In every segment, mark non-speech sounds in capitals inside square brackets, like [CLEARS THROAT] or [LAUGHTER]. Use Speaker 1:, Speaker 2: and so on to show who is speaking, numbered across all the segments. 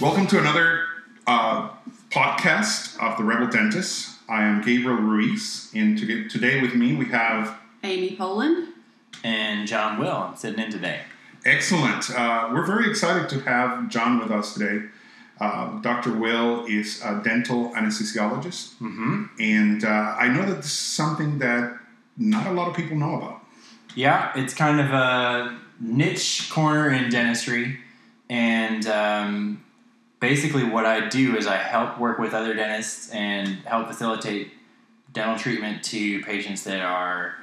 Speaker 1: welcome to another uh, podcast of the Rebel Dentist. I am Gabriel Ruiz, and to get, today with me we have
Speaker 2: Amy Poland.
Speaker 3: and John Will. I'm sitting in today.
Speaker 1: excellent. Uh, we're very excited to have John with us today. Uh, Dr. Will is a dental anesthesiologist,
Speaker 3: Mm-hmm.
Speaker 1: and uh, I know that this is something that not a lot of people know about.
Speaker 3: Yeah, it's kind of a niche corner in dentistry, and um, basically what I do is I help work with other dentists and help facilitate dental treatment to patients that are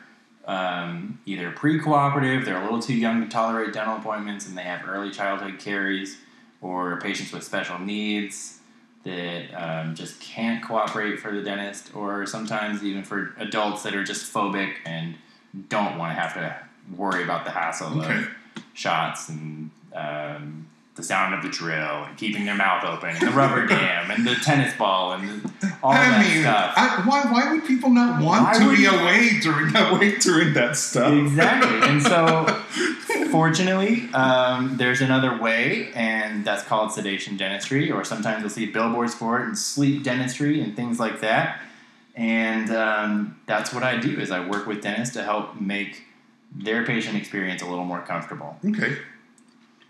Speaker 3: um, either pre-cooperative, they're a little too young to tolerate dental appointments, and they have early childhood caries, or patients with special needs that um, just can't cooperate for the dentist, or sometimes even for adults that are just phobic and don't want to have to worry about the hassle
Speaker 1: Okay.
Speaker 3: of shots and um, the sound of the drill and keeping their mouth open, and the
Speaker 1: [LAUGHS]
Speaker 3: rubber dam and the tennis ball and the, all
Speaker 1: I
Speaker 3: that
Speaker 1: mean,
Speaker 3: stuff.
Speaker 1: I, why, why would people not want
Speaker 3: Why
Speaker 1: to
Speaker 3: would
Speaker 1: be
Speaker 3: you-
Speaker 1: away during [LAUGHS] that way during that stuff?
Speaker 3: Exactly.
Speaker 1: [LAUGHS]
Speaker 3: And so, fortunately, um, there's another way, and that's called sedation dentistry, or sometimes you'll see billboards for it, and sleep dentistry, and things like that. And um, that's what I do is I work with dentists to help make their patient experience a little more comfortable.
Speaker 1: Okay.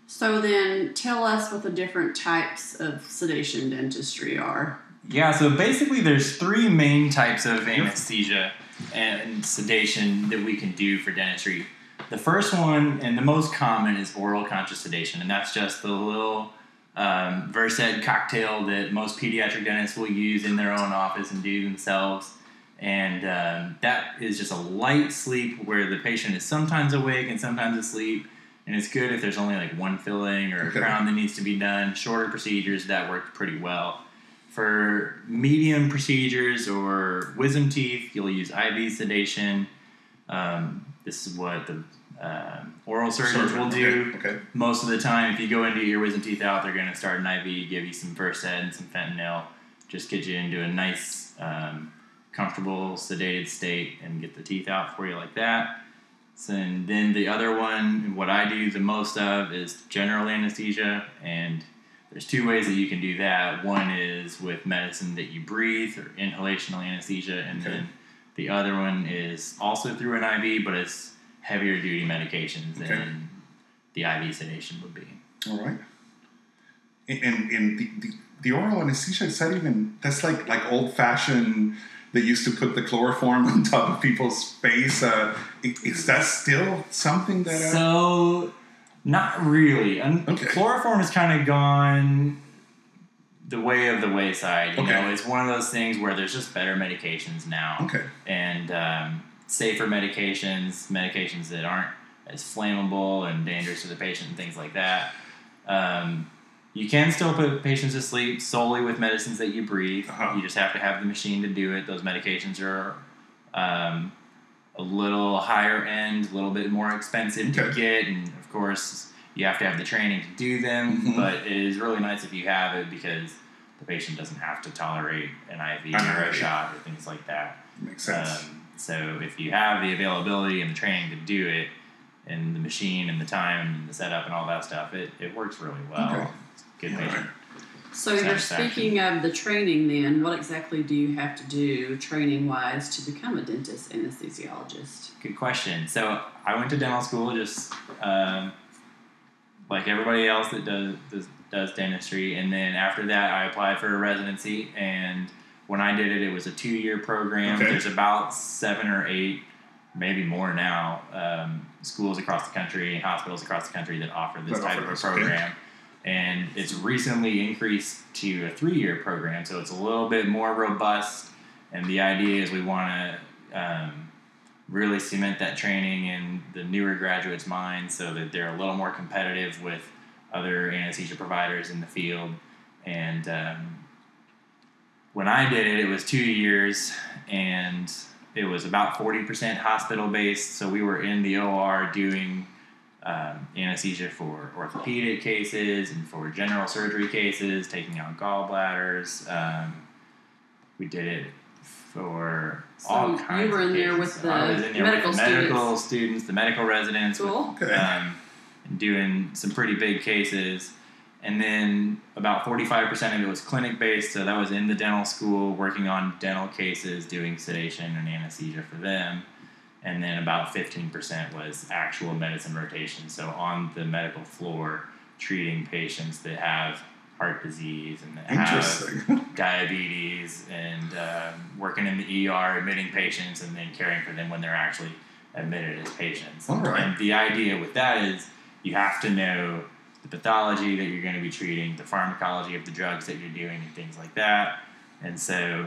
Speaker 2: So then tell us what the different types of sedation dentistry are.
Speaker 3: Yeah, so basically, there's three main types of anesthesia and sedation that we can do for dentistry. The first one, and the most common, is oral conscious sedation, and that's just the little um, Versed cocktail that most pediatric dentists will use in their own office and do themselves. And um, that is just a light sleep where the patient is sometimes awake and sometimes asleep. And it's good if there's only like one filling or a
Speaker 1: Okay.
Speaker 3: crown that needs to be done. Shorter procedures that work pretty well. For medium procedures or wisdom teeth, you'll use IV sedation. Um, this is what the um oral surgeons will do
Speaker 1: Okay. okay.
Speaker 3: most of the time, if you go into your wisdom teeth out, they're going to start an IV, give you some Versed and some fentanyl, just get you into a nice, um, comfortable, sedated state and get the teeth out for you like that. So, and then the other one, what I do the most of is general anesthesia. And there's two ways that you can do that. One is with medicine that you breathe or inhalational anesthesia. And
Speaker 1: Okay.
Speaker 3: then the other one is also through an IV, but it's heavier duty medications
Speaker 1: Okay.
Speaker 3: than the IV sedation would be.
Speaker 1: All right. And and, and the, the, the oral anesthesia is that even that's like like old fashioned. They used to put the chloroform [LAUGHS] on top of people's face. Uh, i- is that still something that? Uh,
Speaker 3: So, not really. And
Speaker 1: Okay.
Speaker 3: Chloroform has kind of gone the way of the wayside. You
Speaker 1: Okay.
Speaker 3: know, it's one of those things where there's just better medications now.
Speaker 1: okay.
Speaker 3: and um, safer medications, medications that aren't as flammable and dangerous to the patient, and things like that. Um, you can still put patients to sleep solely with medicines that you breathe.
Speaker 1: Uh-huh.
Speaker 3: You just have to have the machine to do it. Those medications are um, a little higher end, a little bit more expensive to
Speaker 1: Okay.
Speaker 3: get, and of course, you have to have the training to do them.
Speaker 1: Mhm.
Speaker 3: But it is really nice if you have it because the patient doesn't have to tolerate an IV
Speaker 1: An
Speaker 3: or a
Speaker 1: IV.
Speaker 3: shot or things like that.
Speaker 1: Makes sense.
Speaker 3: Um, so if you have the availability and the training to do it, and the machine and the time and the setup and all that stuff, it, it works really well.
Speaker 1: Okay.
Speaker 3: Good
Speaker 1: All
Speaker 3: patient.
Speaker 1: right.
Speaker 2: So you're
Speaker 3: Satisfaction.
Speaker 2: speaking of the training then, what exactly do you have to do training wise to become a dentist anesthesiologist?
Speaker 3: Good question. So I went to dental school just um, like everybody else that does, does does dentistry, and then after that I applied for a residency, and when I did it, it was a two year program.
Speaker 1: Okay.
Speaker 3: There's about seven or eight, maybe more now, um, schools across the country and hospitals across the country that offer this
Speaker 1: That offer
Speaker 3: type of a
Speaker 1: this, okay.
Speaker 3: program. And it's recently increased to a three year program, so it's a little bit more robust. And the idea is we want to um, really cement that training in the newer graduates' minds so that they're a little more competitive with other anesthesia providers in the field. And um, when I did it, it was two years and it was about 40% hospital based. So we were in the OR doing um, anesthesia for orthopedic cases and for general surgery cases, taking out gallbladders. Um, we did it for
Speaker 2: So
Speaker 3: all
Speaker 2: you
Speaker 3: kinds
Speaker 2: were
Speaker 3: of
Speaker 2: in there
Speaker 3: cases.
Speaker 2: with
Speaker 3: So I
Speaker 2: the
Speaker 3: was in there
Speaker 2: medical
Speaker 3: with the medical students. the medical residents, with
Speaker 2: Cool.
Speaker 1: Okay.
Speaker 3: um, and doing some pretty big cases. and then about 45% of it was clinic based. So that was in the dental school, working on dental cases, doing sedation and anesthesia for them. And then about 15% was actual medicine rotation. So on the medical floor, treating patients that have heart disease and that have
Speaker 1: Interesting.
Speaker 3: diabetes and um, working in the ER, admitting patients and then caring for them when they're actually admitted as patients.
Speaker 1: All right.
Speaker 3: And the idea with that is you have to know the pathology that you're going to be treating, the pharmacology of the drugs that you're doing, and things like that. And so,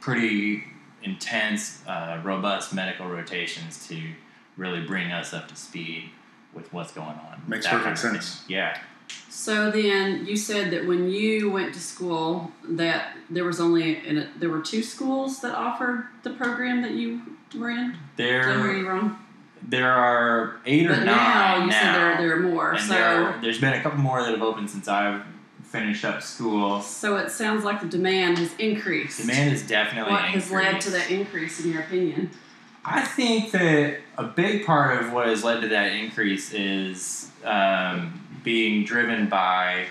Speaker 3: pretty intense, uh, robust medical rotations to really bring us up to speed with what's going on.
Speaker 1: Makes
Speaker 3: That
Speaker 1: perfect
Speaker 3: kind of
Speaker 1: sense.
Speaker 3: thing. Yeah.
Speaker 2: So then you said that when you went to school that there was only in a, there were two schools that offered the program that you were in.
Speaker 3: There.
Speaker 2: Did I hear you wrong?
Speaker 3: There are eight or
Speaker 2: But
Speaker 3: nine
Speaker 2: now you said
Speaker 3: now,
Speaker 2: there there are more.
Speaker 3: and
Speaker 2: so
Speaker 3: there are, there's been a couple more that have opened since I've finished up school.
Speaker 2: so it sounds like the demand has increased.
Speaker 3: Demand is definitely
Speaker 2: what
Speaker 3: increased.
Speaker 2: has led to that increase in your
Speaker 3: [CLEARS THROAT]
Speaker 2: opinion?
Speaker 3: I think that a big part of what has led to that increase is um, being driven by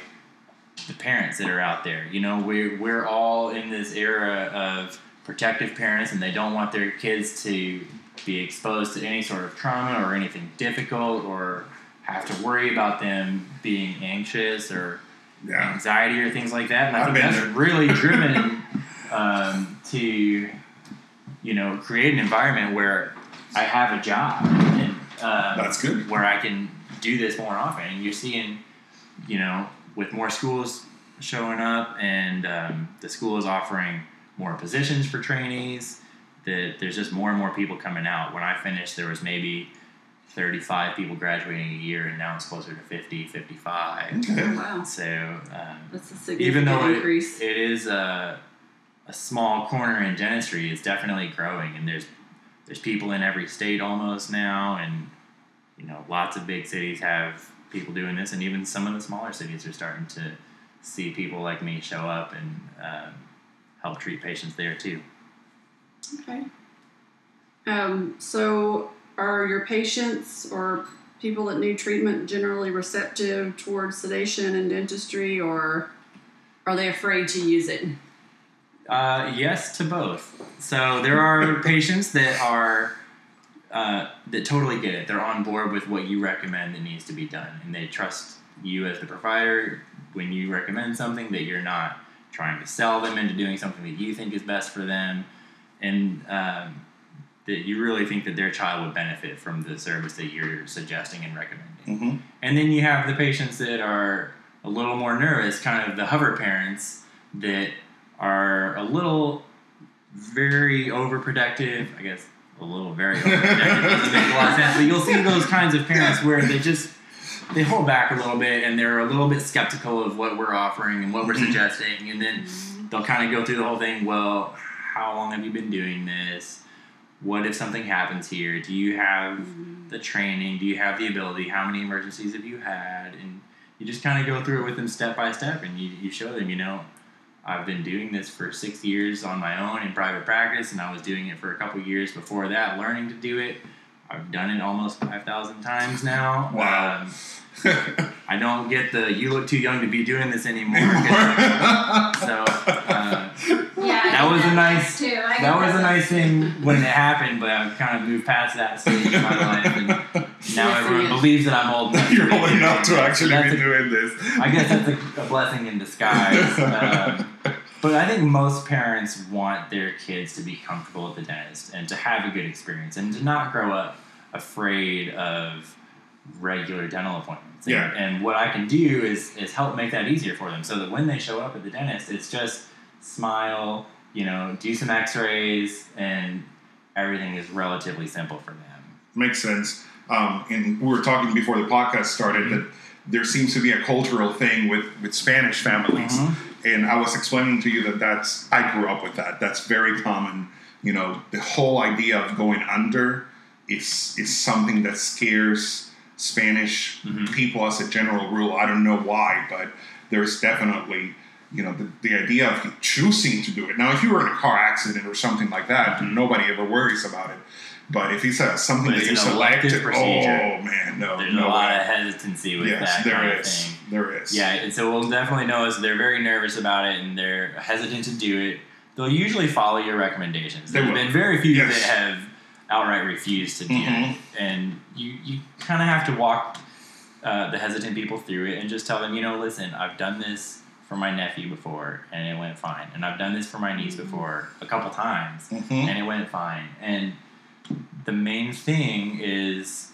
Speaker 3: the parents that are out there. You know, we're, we're all in this era of protective parents and they don't want their kids to be exposed to any sort of trauma or anything difficult or have to worry about them being anxious or
Speaker 1: [LAUGHS] yeah.
Speaker 3: anxiety or things like that. And I
Speaker 1: I've
Speaker 3: think
Speaker 1: been
Speaker 3: that's
Speaker 1: there.
Speaker 3: really driven um, to, you know, create an environment where I have a job and um,
Speaker 1: That's good.
Speaker 3: where I can do this more often. And you're seeing, you know, with more schools showing up and um, the school is offering more positions for trainees, that there's just more and more people coming out. When I finished, there was maybe 35 people graduating a year, and now it's closer to 50, 55.
Speaker 2: Oh,
Speaker 1: Okay.
Speaker 2: wow,
Speaker 3: So um,
Speaker 2: that's a significant
Speaker 3: even though it,
Speaker 2: increase.
Speaker 3: it is a, a small corner in dentistry, it's definitely growing, and there's there's people in every state almost now, and you know lots of big cities have people doing this, and even some of the smaller cities are starting to see people like me show up and um, help treat patients there too.
Speaker 2: Okay. Um, so, are your patients or people that need treatment generally receptive towards sedation and dentistry, or are they afraid to use it?
Speaker 3: Uh, yes to both. So there are patients that are uh, that totally get it. They're on board with what you recommend that needs to be done, and they trust you as the provider when you recommend something that you're not trying to sell them into doing something that you think is best for them, and um, that you really think that their child would benefit from the service that you're suggesting and recommending.
Speaker 1: hmm
Speaker 3: And then you have the patients that are a little more nervous, kind of the hover parents that are a little very overprotective. I guess a little very overprotective doesn't make a lot of sense, but you'll see those kinds of parents where they just they hold back a little bit and they're a little bit skeptical of what we're offering and what we're
Speaker 1: Mhm.
Speaker 3: suggesting, and then they'll kind of go through the whole thing. Well, how long have you been doing this? What if something happens here? Do you have the training? Do you have the ability? How many emergencies have you had? And you just kind of go through it with them step by step and you, you show them, you know, I've been doing this for six years on my own in private practice and I was doing it for a couple years before that, learning to do it. I've done it almost 5,000 times now.
Speaker 1: Wow.
Speaker 3: Um, I don't get the you look too young to be doing
Speaker 1: [LAUGHS]
Speaker 3: this anymore. so, uh,
Speaker 4: Yeah, I
Speaker 3: That
Speaker 4: did
Speaker 3: was a
Speaker 4: that
Speaker 3: nice-
Speaker 4: Too. I
Speaker 3: that
Speaker 4: got
Speaker 3: was a nice thing when it happened, but I've kind of moved past that stage in my life,
Speaker 1: [LAUGHS]
Speaker 3: and now everyone believes that I'm old
Speaker 1: [LAUGHS]
Speaker 3: enough.
Speaker 1: You're
Speaker 3: be
Speaker 1: old enough to
Speaker 3: doing it.
Speaker 1: actually
Speaker 3: That's
Speaker 1: be
Speaker 3: a-
Speaker 1: doing this.
Speaker 3: I guess that's a, a blessing in disguise.
Speaker 1: [LAUGHS]
Speaker 3: Um, but I think most parents want their kids to be comfortable at the dentist and to have a good experience and to not grow up afraid of regular dental appointments. And,
Speaker 1: Yeah.
Speaker 3: and what I can do is, is help make that easier for them so that when they show up at the dentist, it's just smile, you know, do some x rays, and everything is relatively simple for them.
Speaker 1: Makes sense. Um, and we were talking before the podcast started that there seems to be a cultural thing with, with Spanish families.
Speaker 3: Mhm.
Speaker 1: And I was explaining to you that that's, I grew up with that. That's very common. You know, the whole idea of going under is, is something that scares Spanish
Speaker 3: Mhm.
Speaker 1: people as a general rule. I don't know why, but there's definitely, you know, the, the idea of you choosing to do it. Now, if you were in a car accident or something like that, nobody ever worries about it. But if it's uh, something
Speaker 3: Mm-hmm. But
Speaker 1: that
Speaker 3: it's
Speaker 1: you
Speaker 3: an elective
Speaker 1: select, oh
Speaker 3: procedure.
Speaker 1: man, no,
Speaker 3: There's
Speaker 1: no
Speaker 3: a lot
Speaker 1: way.
Speaker 3: of hesitancy with
Speaker 1: yes,
Speaker 3: that kind
Speaker 1: there
Speaker 3: of
Speaker 1: is,
Speaker 3: thing.
Speaker 1: there is.
Speaker 3: Yeah, and so we'll definitely notice they're very nervous about it and they're hesitant to do it. They'll usually follow your recommendations.
Speaker 1: They
Speaker 3: There's
Speaker 1: will.
Speaker 3: been very few
Speaker 1: Yes.
Speaker 3: that have outright refused to do
Speaker 1: Mhm.
Speaker 3: it, and you you kind of have to walk uh, the hesitant people through it and just tell them, you know, listen, I've done this for my nephew before and it went fine, and I've done this for my
Speaker 1: Mm-hmm.
Speaker 3: niece before a couple times
Speaker 1: Mhm.
Speaker 3: and it went fine. And the main thing is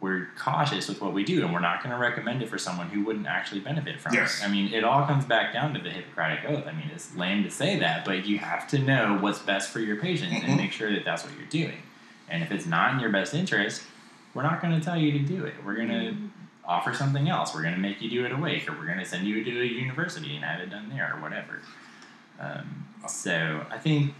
Speaker 3: we're cautious with what we do, and we're not going to recommend it for someone who wouldn't actually benefit from
Speaker 1: Yes.
Speaker 3: it. I mean, it all comes back down to the Hippocratic Oath. I mean, it's lame to say that, but you have to know what's best for your patient
Speaker 1: Mhm.
Speaker 3: and make sure that that's what you're doing. And if it's not in your best interest, we're not going to tell you to do it. We're going to offer something else. We're going to make you do it awake, or we're going to send you to a university and have it done there, or whatever. Um, so I think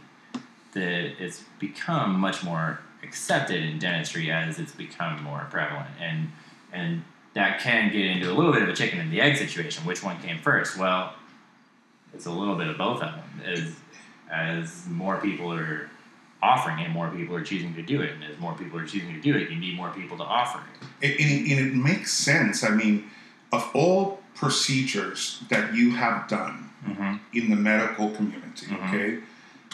Speaker 3: that it's become much more accepted in dentistry as it's become more prevalent, and and that can get into a little bit of a chicken and the egg situation. Which one came first? Well, it's a little bit of both of them. As as more people are offering it, more people are choosing to do it, and as more people are choosing to do it, you need more people to offer it.
Speaker 1: And, and- and it makes sense. I mean, of all procedures that you have done
Speaker 3: Mm-hmm.
Speaker 1: in the medical community,
Speaker 3: Mhm.
Speaker 1: okay,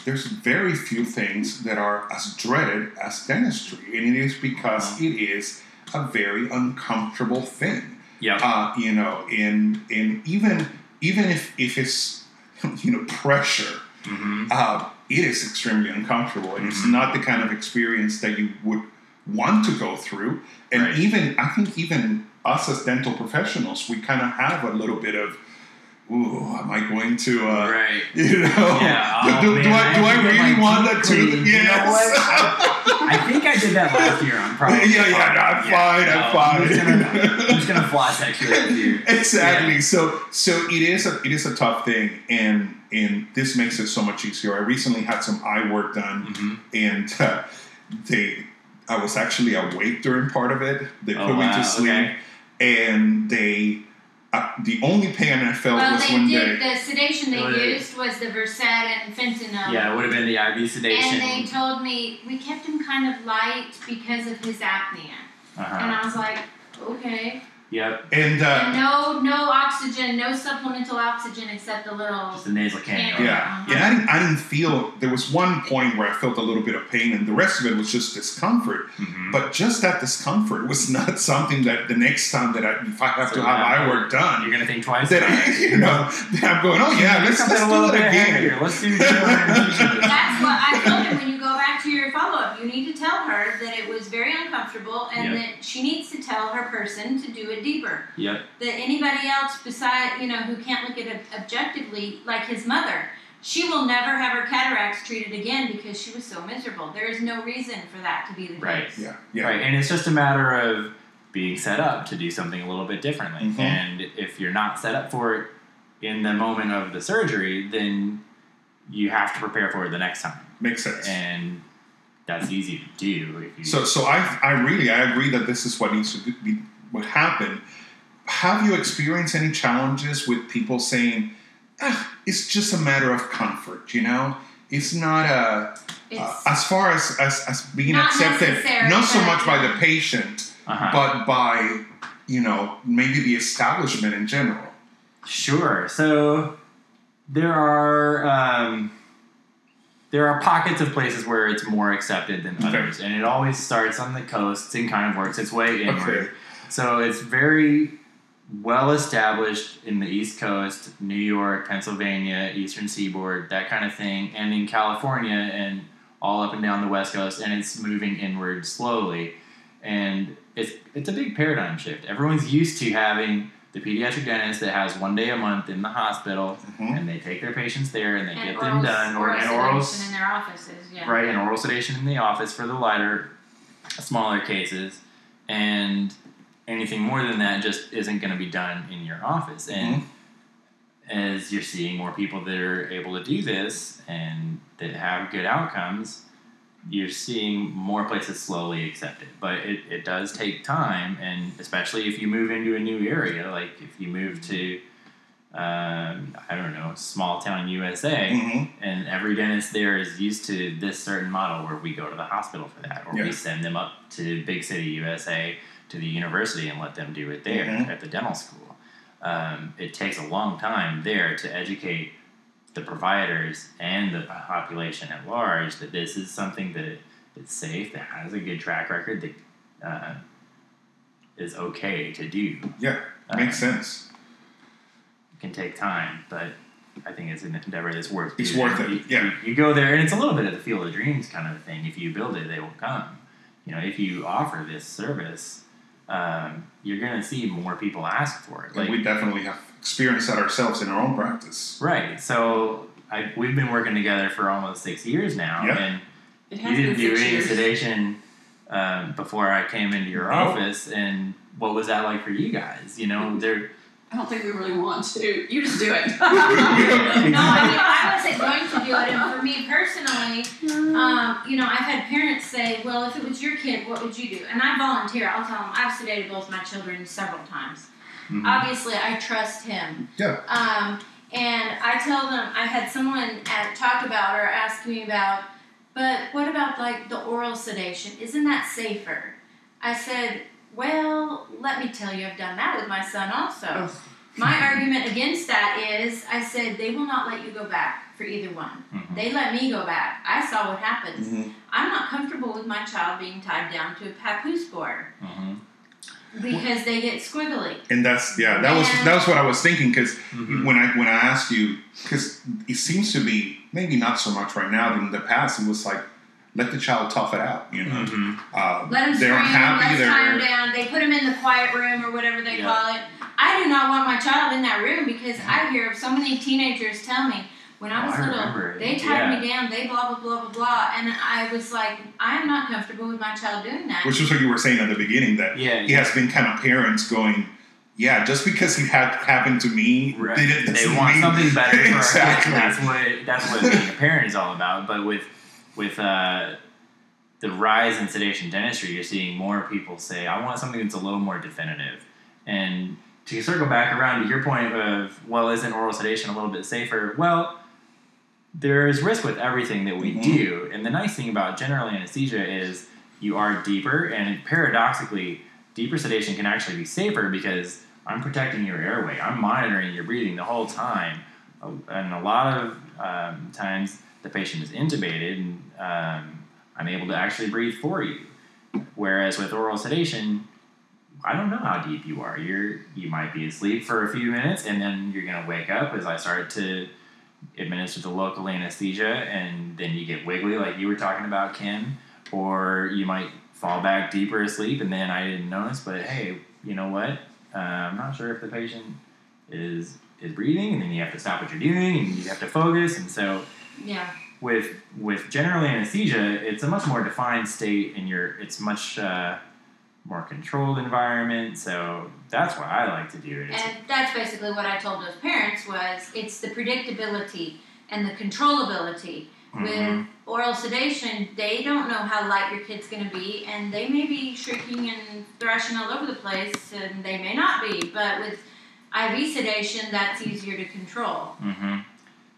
Speaker 1: there's very few things that are as dreaded as dentistry, and it is because it is a very uncomfortable thing.
Speaker 3: Yeah.
Speaker 1: uh, you know, and and even even if if it's [LAUGHS] you know pressure,
Speaker 3: Mm-hmm.
Speaker 1: uh, it is extremely uncomfortable, and it's
Speaker 3: Mhm.
Speaker 1: not the kind of experience that you would want to go through. And
Speaker 3: Right.
Speaker 1: even I think even us as dental professionals, we kind of have a little bit of, ooh, am I going to? Uh,
Speaker 3: right.
Speaker 1: [LAUGHS] You know,
Speaker 3: Yeah, oh,
Speaker 1: do, do
Speaker 3: man,
Speaker 1: I
Speaker 3: I
Speaker 1: do
Speaker 3: have
Speaker 1: I
Speaker 3: to get
Speaker 1: really
Speaker 3: my
Speaker 1: want
Speaker 3: teeth
Speaker 1: that tooth?
Speaker 3: cleaned. You know
Speaker 1: Yes.
Speaker 3: I think I did that last year on probably.
Speaker 1: [LAUGHS] yeah, yeah,
Speaker 3: no,
Speaker 1: I'm fine.
Speaker 3: I'm
Speaker 1: I'm
Speaker 3: just
Speaker 1: fine.
Speaker 3: gonna,
Speaker 1: [LAUGHS]
Speaker 3: I'm just gonna floss that shit with you.
Speaker 1: exactly. So so it is a it is a tough thing, and and this makes it so much easier. I recently had some eye work done,
Speaker 3: Mm-hmm.
Speaker 1: and [LAUGHS] uh, they I was actually awake during part of it. They
Speaker 3: Oh,
Speaker 1: put me
Speaker 3: wow,
Speaker 1: to sleep,
Speaker 3: okay.
Speaker 1: and they uh, the only pain I felt
Speaker 4: Well,
Speaker 1: was
Speaker 4: they
Speaker 1: when
Speaker 4: did. The sedation they
Speaker 3: Really?
Speaker 4: used was the Versed and fentanyl.
Speaker 3: Yeah, it would have been the IV sedation.
Speaker 4: And they told me we kept him kind of light because of his apnea, and
Speaker 3: uh-huh.
Speaker 4: I was like, okay.
Speaker 3: Yep,
Speaker 1: they and
Speaker 4: And
Speaker 1: uh,
Speaker 4: no, no oxygen, no supplemental oxygen except a little.
Speaker 3: just the nasal cannula.
Speaker 4: Yeah.
Speaker 1: yeah, and I didn't I didn't feel there was one point where I felt a little bit of pain, and the rest of it was just discomfort.
Speaker 3: hmm
Speaker 1: But just that discomfort was [LAUGHS] not something that the next time that I, if I have
Speaker 3: So
Speaker 1: to have
Speaker 3: now-
Speaker 1: eye work done,
Speaker 3: You're gonna think twice.
Speaker 1: that
Speaker 3: about
Speaker 1: I, [LAUGHS]
Speaker 3: it.
Speaker 1: you know, that I'm going, oh yeah, [LAUGHS] let's,
Speaker 3: Something
Speaker 1: let's
Speaker 3: a little
Speaker 1: do it
Speaker 3: bit
Speaker 1: again.
Speaker 3: heavier. Let's do
Speaker 4: [LAUGHS]
Speaker 3: the
Speaker 4: That's what I told him when you go back to your follow up. You need to tell her that it was very uncomfortable and that she needs to tell her person to do it deeper.
Speaker 3: Yep.
Speaker 4: That anybody else beside, you know, who can't look at it objectively, like his mother, she will never have her cataracts treated again because she was so miserable. There is no reason for that to be the
Speaker 3: Right.
Speaker 4: case.
Speaker 1: Yeah, yeah.
Speaker 3: Right, and it's just a matter of being set up to do something a little bit differently.
Speaker 1: Mhm.
Speaker 3: And if you're not set up for it in the moment of the surgery, then you have to prepare for it the next time.
Speaker 1: Makes sense.
Speaker 3: And that's easy to do if you
Speaker 1: So, so I, I really, I agree that this is what needs to be, what happen. Have you experienced any challenges with people saying, ah, it's just a matter of comfort, you know? It's not a, uh,
Speaker 4: It's
Speaker 1: as far as, as, as being
Speaker 4: Not
Speaker 1: accepted,
Speaker 4: necessary,
Speaker 1: not so
Speaker 4: but-
Speaker 1: much by the patient,
Speaker 3: uh
Speaker 1: but by you know maybe the establishment in general.
Speaker 3: Sure. So there are um, there are pockets of places where it's more accepted than
Speaker 1: Okay.
Speaker 3: others, and it always starts on the coasts and kind of works its way inward.
Speaker 1: Okay.
Speaker 3: So it's very well established in the East Coast, New York, Pennsylvania, Eastern Seaboard, that kind of thing, and in California and all up and down the West Coast, and it's moving inward slowly. And it's it's a big paradigm shift. Everyone's used to having the pediatric dentist that has one day a month in the hospital,
Speaker 1: Mhm.
Speaker 3: and they take their patients there and they
Speaker 4: and
Speaker 3: get
Speaker 4: oral,
Speaker 3: them done, or
Speaker 4: oral
Speaker 3: an oral
Speaker 4: sedation in their offices. Yeah.
Speaker 3: right, and oral sedation in the office for the lighter, smaller cases, and anything more than that just isn't going to be done in your office. And as you're seeing more people that are able to do this and that have good outcomes, you're seeing more places slowly accept it. But it, it does take time, and especially if you move into a new area, like if you move to um, I don't know, small town USA,
Speaker 1: Mhm.
Speaker 3: and every dentist there is used to this certain model where we go to the hospital for that, or
Speaker 1: Yeah.
Speaker 3: we send them up to big city USA to the university and let them do it there
Speaker 1: Mhm.
Speaker 3: at the dental school. Um, it takes a long time there to educate the providers and the population at large that this is something that it's safe, that has a good track record, that uh, is okay to do.
Speaker 1: Yeah,
Speaker 3: Uh,
Speaker 1: makes sense.
Speaker 3: can take time, but I think it's an endeavor that's worth.
Speaker 1: It's
Speaker 3: doing.
Speaker 1: worth it,
Speaker 3: You,
Speaker 1: yeah.
Speaker 3: You, you go there, and it's a little bit of the field of dreams kind of thing. If you build it, they will come. You know, if you offer this service, um, you're going to see more people ask for it.
Speaker 1: And
Speaker 3: Like,
Speaker 1: we definitely have experienced that ourselves in our own practice.
Speaker 3: right? So I, we've been working together for almost six years now,
Speaker 1: Yeah.
Speaker 3: and
Speaker 2: It
Speaker 3: you
Speaker 2: has
Speaker 3: didn't
Speaker 2: been
Speaker 3: do
Speaker 2: six
Speaker 3: any
Speaker 2: years.
Speaker 3: sedation um, before I came into your
Speaker 1: Nope.
Speaker 3: office, and what was that like for you guys? You know, there.
Speaker 2: I don't think we really want to. You just do it.
Speaker 3: [LAUGHS]
Speaker 2: [LAUGHS]
Speaker 4: No, I mean, I wasn't going to do it, and for me personally, um, you know, I've had parents say, "Well, if it was your kid, what would you do?" And I volunteer. I'll tell them I've sedated both my children several times. Obviously, I trust him.
Speaker 1: Yeah.
Speaker 4: Um, and I tell them I had someone at, talk about or ask me about, but what about like the oral sedation? Isn't that safer? I said, well, let me tell you, I've done that with my son also.
Speaker 2: Ugh.
Speaker 4: My argument against that is, I said they will not let you go back for either one.
Speaker 3: Mhm.
Speaker 4: They let me go back. I saw what happens.
Speaker 3: Mm-hmm.
Speaker 1: Mhm.
Speaker 4: I'm not comfortable with my child being tied down to a papoose board
Speaker 3: Mhm.
Speaker 4: because they get squiggly.
Speaker 1: And that's yeah, that was that was what I was thinking because
Speaker 3: Mhm.
Speaker 1: when I when I asked you because it seems to be maybe not so much right now but in the past it was like let the child tough it out you know
Speaker 3: Mhm.
Speaker 1: uh,
Speaker 4: Let them
Speaker 1: they
Speaker 4: scream.
Speaker 1: aren't happy
Speaker 4: let's tie them
Speaker 1: they're
Speaker 4: down. They put them in the quiet room or whatever they
Speaker 3: Yeah.
Speaker 4: call it. I do not want my child in that room because I hear of so many teenagers tell me when I
Speaker 3: Oh,
Speaker 4: was
Speaker 3: I
Speaker 4: little,
Speaker 3: remember it.
Speaker 4: they tied
Speaker 3: Yeah.
Speaker 4: me down. They blah blah blah blah blah, and I was like, I am not comfortable with my child doing that.
Speaker 1: which is what you were saying at the beginning that
Speaker 3: Yeah,
Speaker 1: it has been kind of parents going yeah just because it had happened to me
Speaker 3: Right.
Speaker 1: did it
Speaker 3: They
Speaker 1: doesn't
Speaker 3: want
Speaker 1: mean-
Speaker 3: something
Speaker 1: [LAUGHS]
Speaker 3: better for
Speaker 1: exactly
Speaker 3: our kids. That's what that's what being a parent is all about. But with with uh, the rise in sedation dentistry, you're seeing more people say, "I want something that's a little more definitive." And to circle back around to your point of, well, isn't oral sedation a little bit safer? Well, there is risk with everything that we
Speaker 1: Mhm.
Speaker 3: do, and the nice thing about general anesthesia is you are deeper, and paradoxically, deeper sedation can actually be safer because I'm protecting your airway. I'm monitoring your breathing the whole time. Uh, And a lot of um, times the patient is intubated and um, I'm able to actually breathe for you. Whereas with oral sedation, I don't know how deep you are. You're you might be asleep for a few minutes and then you're gonna wake up as I start to administer the local anesthesia and then you get wiggly like you were talking about, Kim, or you might fall back deeper asleep and then I didn't notice, but hey, you know what? Uh, I'm not sure if the patient is is breathing, and then you have to stop what you're doing, and you have to focus. And so
Speaker 4: yeah,
Speaker 3: with with general anesthesia, it's a much more defined state, and you're it's much uh, more controlled environment. So that's why I like to do it. It's-
Speaker 4: and that's basically what I told those parents was it's the predictability and the controllability
Speaker 3: Mhm.
Speaker 4: with oral sedation, they don't know how light your kid's going to be, and they may be shrieking and thrashing all over the place, and they may not be. But with IV sedation, that's easier to control.
Speaker 3: Mhm.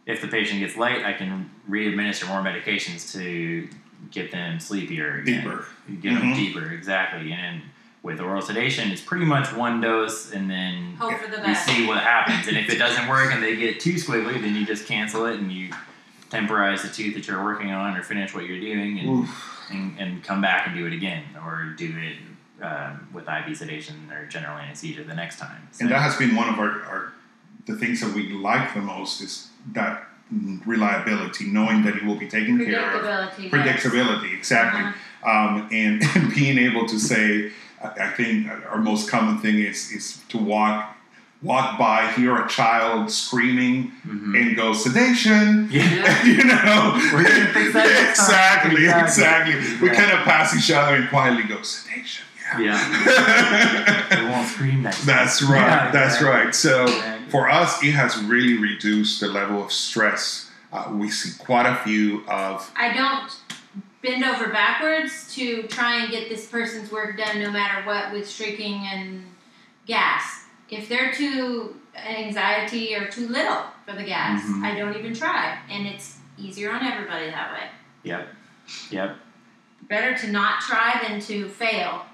Speaker 3: If the patient gets light, I can re-administer more medications to get them sleepier again.
Speaker 1: deeper
Speaker 3: Get them
Speaker 1: Mhm.
Speaker 3: deeper, exactly. And then with oral sedation, it's pretty much one dose, and then
Speaker 4: Hope for the
Speaker 3: you
Speaker 4: best.
Speaker 3: see what happens. And if it doesn't work and they get too squiggly, then you just cancel it and you temporize the tooth that you're working on or finish what you're doing and,
Speaker 1: Oof.
Speaker 3: and, and come back and do it again or do it um, with IV sedation or general anesthesia the next time. So,
Speaker 1: and that has been one of our, our the things that we like the most is that reliability knowing that it will be taken care of
Speaker 4: Predictability.
Speaker 1: predictability exactly
Speaker 3: Uh-huh.
Speaker 1: um, and, [LAUGHS] and being able to say I, I think our most common thing is is to walk walk by hear a child screaming
Speaker 3: Mhm.
Speaker 1: and go sedation [LAUGHS]
Speaker 3: yeah.
Speaker 1: you know
Speaker 3: We're gonna
Speaker 1: [LAUGHS]
Speaker 3: fix that next time.
Speaker 1: exactly exactly,
Speaker 3: Exactly.
Speaker 1: we
Speaker 3: Yeah.
Speaker 1: kind of pass each other and quietly go sedation [LAUGHS]
Speaker 3: Yeah.
Speaker 1: yeah
Speaker 3: They won't scream next time.
Speaker 1: That's right.
Speaker 3: Yeah,
Speaker 1: That's
Speaker 3: exactly.
Speaker 1: right. So
Speaker 3: Exactly.
Speaker 1: for us, it has really reduced the level of stress. Uh, we see quite a few of
Speaker 4: I don't bend over backwards to try and get this person's work done no matter what with shrieking and gas. If they're too anxiety or too little for the gas.
Speaker 3: Mhm.
Speaker 4: I don't even try, and it's easier on everybody that way.
Speaker 3: Yep. Yep.
Speaker 4: Better to not try than to fail,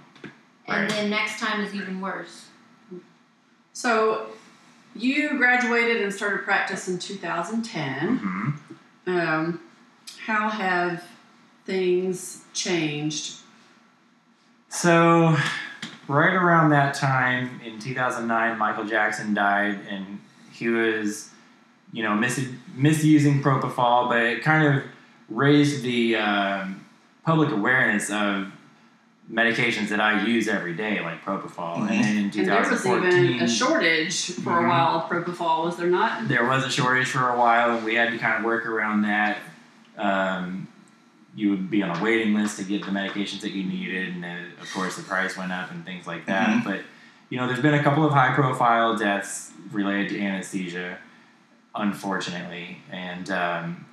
Speaker 4: and
Speaker 3: Right.
Speaker 4: then next time is even worse.
Speaker 2: So you graduated and started practice in 2010.
Speaker 3: Mm-hmm.
Speaker 2: Um, how have things changed?
Speaker 3: So, right around that time in 2009, Michael Jackson died, and he was, you know, mis- misusing propofol, but it kind of raised the um, public awareness of medications that I use every day, like propofol. And then in
Speaker 2: And there was
Speaker 3: 2014,
Speaker 2: even a shortage for a
Speaker 3: Mhm.
Speaker 2: while of propofol, was there not?
Speaker 3: there was a shortage for a while, and we had to kind of work around that. Um, you would be on a waiting list to get the medications that you needed, and then, of course, the price went up and things like that. But you know, there's been a couple of high-profile deaths related to anesthesia, unfortunately, and um,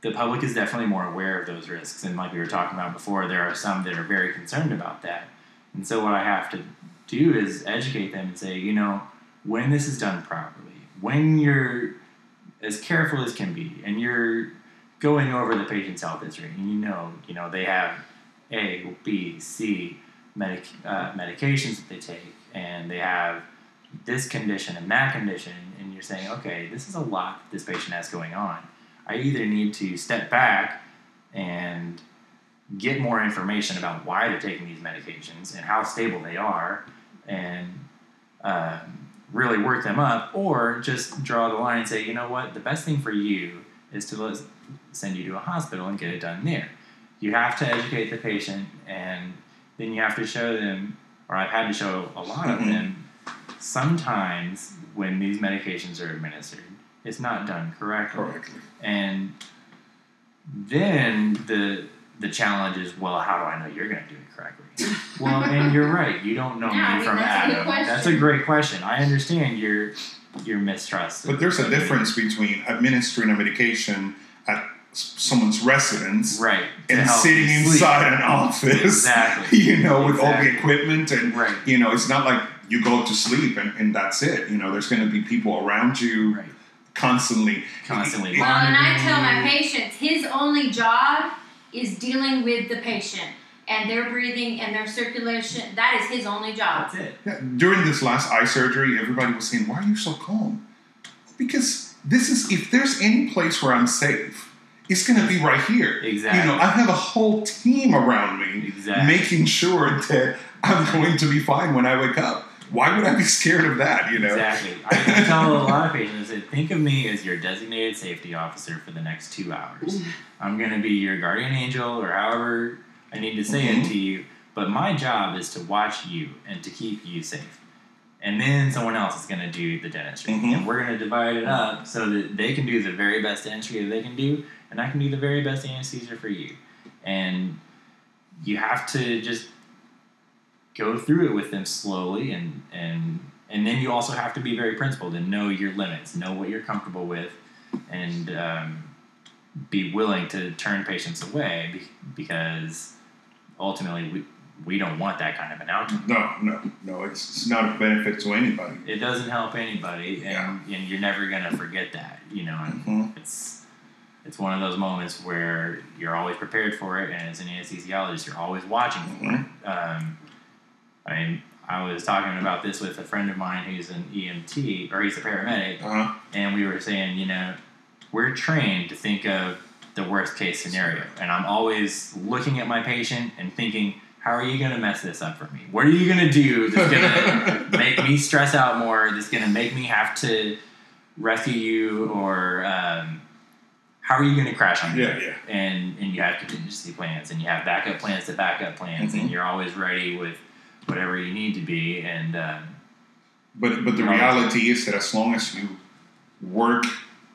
Speaker 3: the public is definitely more aware of those risks. And like we were talking about before, there are some that are very concerned about that. And so, what I have to do is educate them and say, you know, when this is done properly, when you're as careful as can be, and you're going over the patient's health history, and you know, you know they have A, B, C medic- uh, medications that they take, and they have this condition and that condition, and you're saying, okay, this is a lot that this patient has going on. I either need to step back and get more information about why they're taking these medications and how stable they are, and um, really work them up, or just draw the line and say, you know what, the best thing for you is to let send you to a hospital and get it done there. You have to educate the patient, and then you have to show them, or I've had to show a lot of
Speaker 1: Mhm.
Speaker 3: them, sometimes when these medications are administered, it's not done correctly
Speaker 1: correctly.
Speaker 3: and then the the challenge is well how do i know you're going to do it correctly well and you're right you don't know
Speaker 4: [LAUGHS] Yeah, I
Speaker 3: me
Speaker 4: mean,
Speaker 3: from
Speaker 4: that's a good
Speaker 3: adam
Speaker 4: question.
Speaker 3: that's a great question i understand your your mistrust
Speaker 1: But there's a difference between administering a medication at s- someone's residence
Speaker 3: right to
Speaker 1: and
Speaker 3: help
Speaker 1: sitting
Speaker 3: you sleep.
Speaker 1: inside an office, [LAUGHS]
Speaker 3: Exactly.
Speaker 1: you know, with all the
Speaker 3: Exactly.
Speaker 1: equipment and
Speaker 3: right
Speaker 1: you know, it's not like you go to sleep and, and that's it. You know, there's going to be people around you
Speaker 3: right
Speaker 1: constantly.
Speaker 3: constantly
Speaker 4: Well, and I tell my
Speaker 3: monitoring.
Speaker 4: patients, his only job is dealing with the patient and their breathing and their circulation. That is his only job.
Speaker 3: that's it
Speaker 1: Yeah, during this last eye surgery, everybody was saying, "Why are you so calm?" Because this is if there's any place where I'm safe, it's going to be right here.
Speaker 3: Exactly.
Speaker 1: You know, I have a whole team around me
Speaker 3: Exactly.
Speaker 1: making sure that I'm going to be fine when I wake up. Why would I be scared of that? You know.
Speaker 3: Exactly. I tell a lot of patients that think of me as your designated safety officer for the next two hours. I'm going to be your guardian angel or however I need to say
Speaker 1: Mhm.
Speaker 3: it to you, but my job is to watch you and to keep you safe. And then someone else is going to do the dentistry.
Speaker 1: Mhm.
Speaker 3: And we're going to divide it up so that they can do the very best dentistry that they can do, and I can do the very best anesthesia for you. And you have to just go through it with them slowly and and and then you also have to be very principled and know your limits know what you're comfortable with and um, be willing to turn patients away be, because ultimately we, we don't want that kind of an outcome
Speaker 1: No, no, no. It's, it's not a benefit to anybody.
Speaker 3: it doesn't help anybody and, and you're never going to forget that you know and
Speaker 1: Mhm.
Speaker 3: it's it's one of those moments where you're always prepared for it, and as an anesthesiologist, you're always watching for it. Um, I mean, I was talking about this with a friend of mine who's an EMT, or he's a paramedic,
Speaker 1: Uh-huh.
Speaker 3: and we were saying, you know, we're trained to think of the worst case scenario, and I'm always looking at my patient and thinking, how are you going to mess this up for me? What are you going to do that's going to
Speaker 1: [LAUGHS]
Speaker 3: make me stress out more that's going to make me have to rescue you or um, how are you going to crash on me
Speaker 1: yeah, yeah.
Speaker 3: and and you have contingency plans and you have backup plans to backup plans and you're always ready with whatever you need to be and um,
Speaker 1: But but the
Speaker 3: No.
Speaker 1: reality is that as long as you work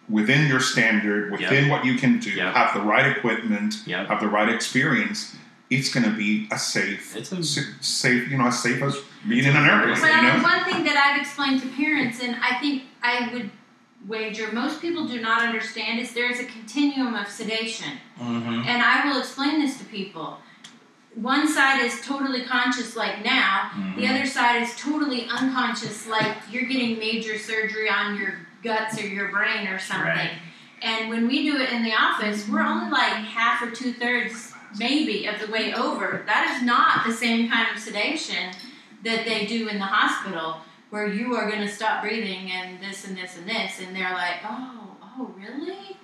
Speaker 1: within your standard, within what you can do,
Speaker 3: Yep.
Speaker 1: have the right equipment,
Speaker 3: yeah
Speaker 1: have the right experience, it's going to be a safe,
Speaker 3: It's a-
Speaker 1: sa- safe. You know, as safe as being
Speaker 3: It's
Speaker 1: in
Speaker 3: a
Speaker 1: an
Speaker 3: very
Speaker 1: airplane.
Speaker 3: safe-
Speaker 4: Well,
Speaker 1: You
Speaker 4: and
Speaker 1: know.
Speaker 4: one thing that I've explained to parents, and I think I would wager most people do not understand, is there is a continuum of sedation.
Speaker 3: mm-hmm.
Speaker 4: And I will explain this to people. one side is totally conscious like now,
Speaker 3: Mm-hmm.
Speaker 4: the other side is totally unconscious like you're getting major surgery on your guts or your brain or something.
Speaker 3: Right.
Speaker 4: And when we do it in the office, we're only like half or two thirds maybe of the way over. That is not the same kind of sedation that they do in the hospital where you are going to stop breathing and this and this and this and they're like, "Oh, oh, really?"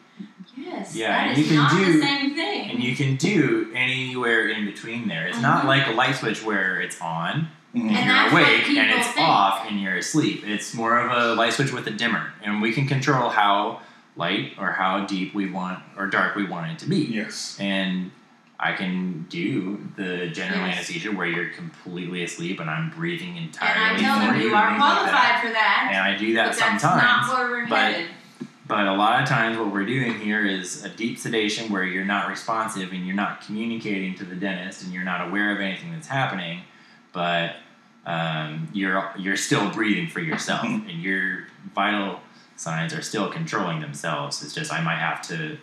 Speaker 4: Yes.
Speaker 3: Yeah,
Speaker 4: that
Speaker 3: and
Speaker 4: is
Speaker 3: you can
Speaker 4: not
Speaker 3: do-
Speaker 4: the same thing.
Speaker 3: And you can do anywhere in between there. It's not
Speaker 4: Mhm.
Speaker 3: like a light switch where it's on
Speaker 1: Mhm.
Speaker 3: and,
Speaker 4: And
Speaker 3: you're
Speaker 4: that's what
Speaker 3: awake and
Speaker 4: people
Speaker 3: it's
Speaker 4: think.
Speaker 3: off and you're asleep. It's more of a light switch with a dimmer. And we can control how light or how deep we want or dark we want it to be.
Speaker 1: Yes.
Speaker 3: And I can do the general
Speaker 4: Yes.
Speaker 3: anesthesia where you're completely asleep and I'm breathing
Speaker 4: and I
Speaker 3: entirely
Speaker 4: tell
Speaker 3: for
Speaker 4: them
Speaker 3: you
Speaker 4: you
Speaker 3: and
Speaker 4: are
Speaker 3: things like
Speaker 4: qualified
Speaker 3: that.
Speaker 4: for that.
Speaker 3: And I do that
Speaker 4: but that's
Speaker 3: sometimes.
Speaker 4: not where we're
Speaker 3: but-
Speaker 4: headed.
Speaker 3: But a lot of times, what we're doing here is a deep sedation where you're not responsive and you're not communicating to the dentist and you're not aware of anything that's happening, but um, you're you're still breathing for yourself and your vital signs are still controlling themselves. It's just I might have to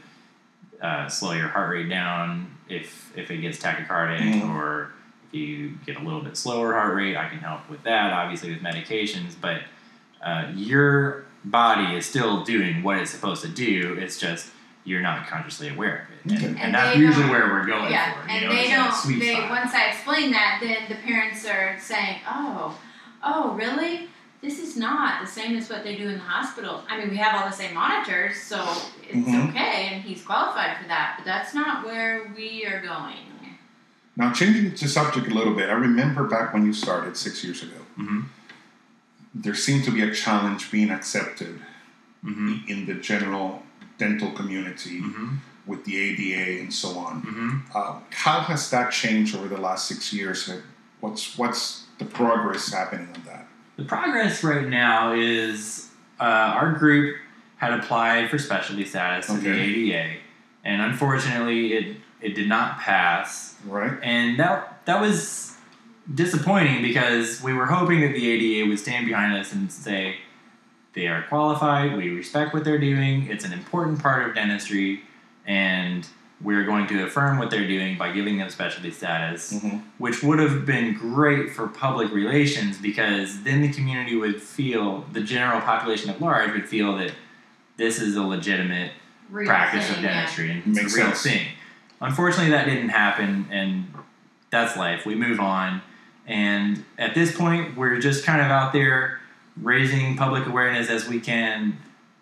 Speaker 3: uh, slow your heart rate down if if it gets tachycardic
Speaker 1: Mhm.
Speaker 3: or if you get a little bit slower heart rate. I can help with that, obviously with medications, but uh, your body is still doing what it's supposed to do. It's just you're not consciously aware of it, and,
Speaker 1: Okay.
Speaker 3: and
Speaker 4: And
Speaker 3: that's
Speaker 4: they
Speaker 3: usually
Speaker 4: don't-
Speaker 3: where we're going
Speaker 4: yeah,
Speaker 3: for. You
Speaker 4: and
Speaker 3: know,
Speaker 4: they
Speaker 3: it's
Speaker 4: don't.
Speaker 3: That sweet
Speaker 4: they
Speaker 3: spot.
Speaker 4: once I explain that, then the parents are saying, "Oh, oh, really? This is not the same as what they do in the hospital. I mean, we have all the same monitors, so it's
Speaker 3: Mm-hmm.
Speaker 1: Mhm.
Speaker 4: okay, and he's qualified for that. But that's not where we are going.
Speaker 1: Now, changing the subject a little bit, I remember back when you started six years ago,
Speaker 3: Mhm.
Speaker 1: there seemed to be a challenge being accepted
Speaker 3: Mhm.
Speaker 1: in the general dental community
Speaker 3: Mhm.
Speaker 1: with the ADA and so on.
Speaker 3: Mhm.
Speaker 1: Uh, how has that changed over the last six years? Like, What's what's the progress happening on that?
Speaker 3: The progress right now is uh, our group had applied for specialty status to
Speaker 1: Okay.
Speaker 3: the ADA, and unfortunately, it it did not pass.
Speaker 1: Right?
Speaker 3: and that that was disappointing because we were hoping that the ADA would stand behind us and say they are qualified, we respect what they're doing, it's an important part of dentistry, and we're going to affirm what they're doing by giving them specialty status,
Speaker 1: Mm-hmm.
Speaker 3: which would have been great for public relations because then the community would feel, the general population at large would feel that this is a legitimate
Speaker 4: Real
Speaker 3: practice
Speaker 4: thing,
Speaker 3: of
Speaker 4: yeah.
Speaker 3: dentistry and it's
Speaker 1: Makes
Speaker 3: a real
Speaker 1: sense.
Speaker 3: thing. Unfortunately, that didn't happen, and that's life. We move on, and at this point, we're just kind of out there raising public awareness as we can,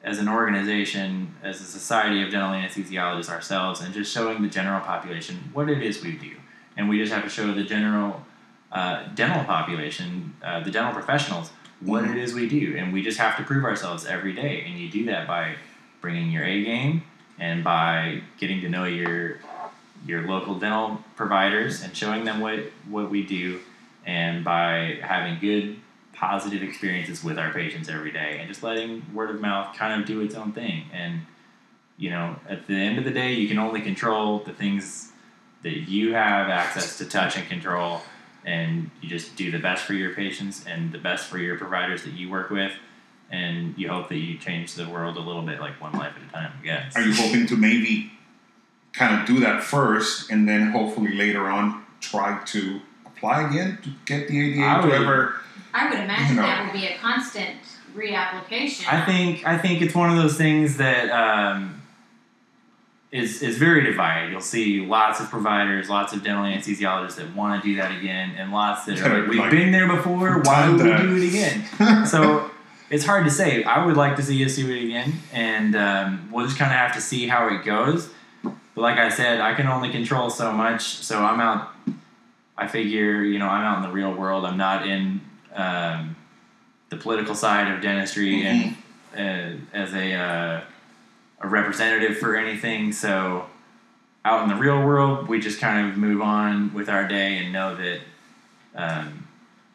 Speaker 3: as an organization, as a society of dental anesthesiologists ourselves, and just showing the general population what it is we do. And we just have to show the general uh, dental population, uh, the dental professionals, what
Speaker 1: Mm-hmm.
Speaker 3: it is we do, and we just have to prove ourselves every day. And you do that by bringing your A game and by getting to know your your local dental providers and showing them what what we do and by having good positive experiences with our patients every day and just letting word of mouth kind of do its own thing and you know at the end of the day you can only control the things that you have access to touch and control and you just do the best for your patients and the best for your providers that you work with and you hope that you change the world a little bit like one life at a time i guess
Speaker 1: Are you hoping to maybe kind of do that first, and then hopefully later on try to apply again to get the ADA
Speaker 3: I
Speaker 1: to
Speaker 3: would-
Speaker 1: ever?
Speaker 4: I would imagine
Speaker 1: No.
Speaker 4: that would be a constant reapplication.
Speaker 3: I think I think it's one of those things that um, is is very divided. You'll see lots of providers, lots of dental anesthesiologists that want to do that again, and lots that are like, we've
Speaker 1: Like,
Speaker 3: been there before. Why
Speaker 1: done
Speaker 3: would we
Speaker 1: that."
Speaker 3: do it again? So it's hard to say. I would like to see us do it again, and um, we'll just kind of have to see how it goes. But like I said, I can only control so much, so I'm out. I figure, you know, I'm out in the real world. I'm not in um, the political side of dentistry and uh, as a uh, a representative for anything. So out in the real world, we just kind of move on with our day and know that um,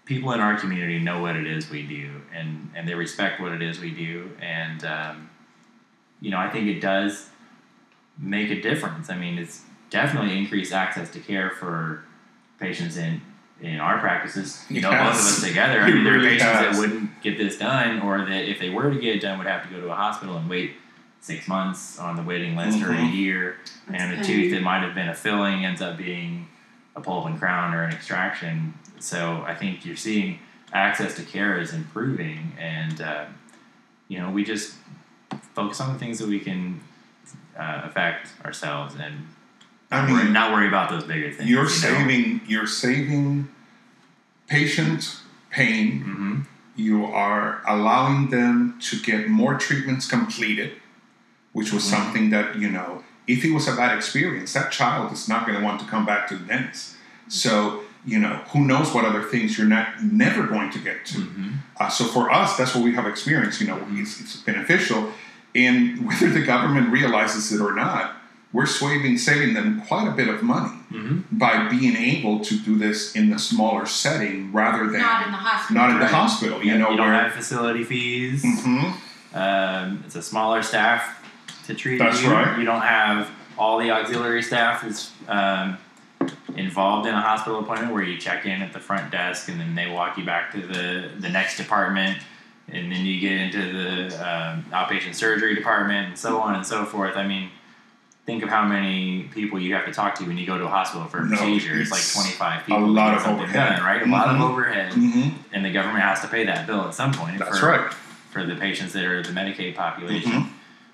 Speaker 3: people in our community know what it is we do and, and they respect what it is we do. And, um, you know, I think it does make a difference. I mean, it's definitely increased access to care for patients in, in our practices. You know, both of
Speaker 1: Yes.
Speaker 3: us together. I
Speaker 1: It
Speaker 3: mean, there are
Speaker 1: really
Speaker 3: patients that
Speaker 1: has.
Speaker 3: wouldn't get this done or that if they were to get it done would have to go to a hospital and wait six months on the waiting list or a
Speaker 1: Mhm.
Speaker 3: year and a
Speaker 2: That's
Speaker 3: tooth
Speaker 2: pain.
Speaker 3: that might have been a filling ends up being a pulp and crown or an extraction. So I think you're seeing access to care is improving, and uh, you know we just focus on the things that we can uh, affect ourselves and
Speaker 1: [LAUGHS] I
Speaker 3: worry,
Speaker 1: mean,
Speaker 3: not worry about those bigger things.
Speaker 1: you're
Speaker 3: you know?
Speaker 1: saving you're saving patient pain.
Speaker 3: Mhm.
Speaker 1: You are allowing them to get more treatments completed, which was
Speaker 3: Mhm.
Speaker 1: something that you know, if it was a bad experience, that child is not going to want to come back to the dentist. So you know, who knows what other things you're not never going to get to.
Speaker 3: Mhm.
Speaker 1: Uh, so for us, that's what we have experienced. You know, it's, it's beneficial, and [LAUGHS] whether the government realizes it or not, we're saving saving them quite a bit of money
Speaker 3: Mhm.
Speaker 1: by being able to do this in a smaller setting rather than
Speaker 4: Not in the hospital.
Speaker 1: not in the
Speaker 3: Right.
Speaker 1: hospital. You know,
Speaker 3: you don't
Speaker 1: where
Speaker 3: have facility fees.
Speaker 1: Mhm.
Speaker 3: Um, it's a smaller staff to treat.
Speaker 1: That's
Speaker 3: you.
Speaker 1: right.
Speaker 3: You don't have all the auxiliary staff is um, involved in a hospital appointment where you check in at the front desk and then they walk you back to the the next department. And then you get into the um, outpatient surgery department and so on and so forth. I mean, think of how many people you have to talk to when you go to a hospital for a
Speaker 1: No,
Speaker 3: procedure. It's,
Speaker 1: it's
Speaker 3: like 25
Speaker 1: a
Speaker 3: people. to
Speaker 1: lot
Speaker 3: get
Speaker 1: of
Speaker 3: something
Speaker 1: overhead.
Speaker 3: Done, right? A lot of
Speaker 1: Mhm.
Speaker 3: overhead
Speaker 1: Mhm.
Speaker 3: and the government has to pay that bill at some point
Speaker 1: that's
Speaker 3: for,
Speaker 1: right.
Speaker 3: for the patients that are the Medicaid population.
Speaker 1: Mm-hmm.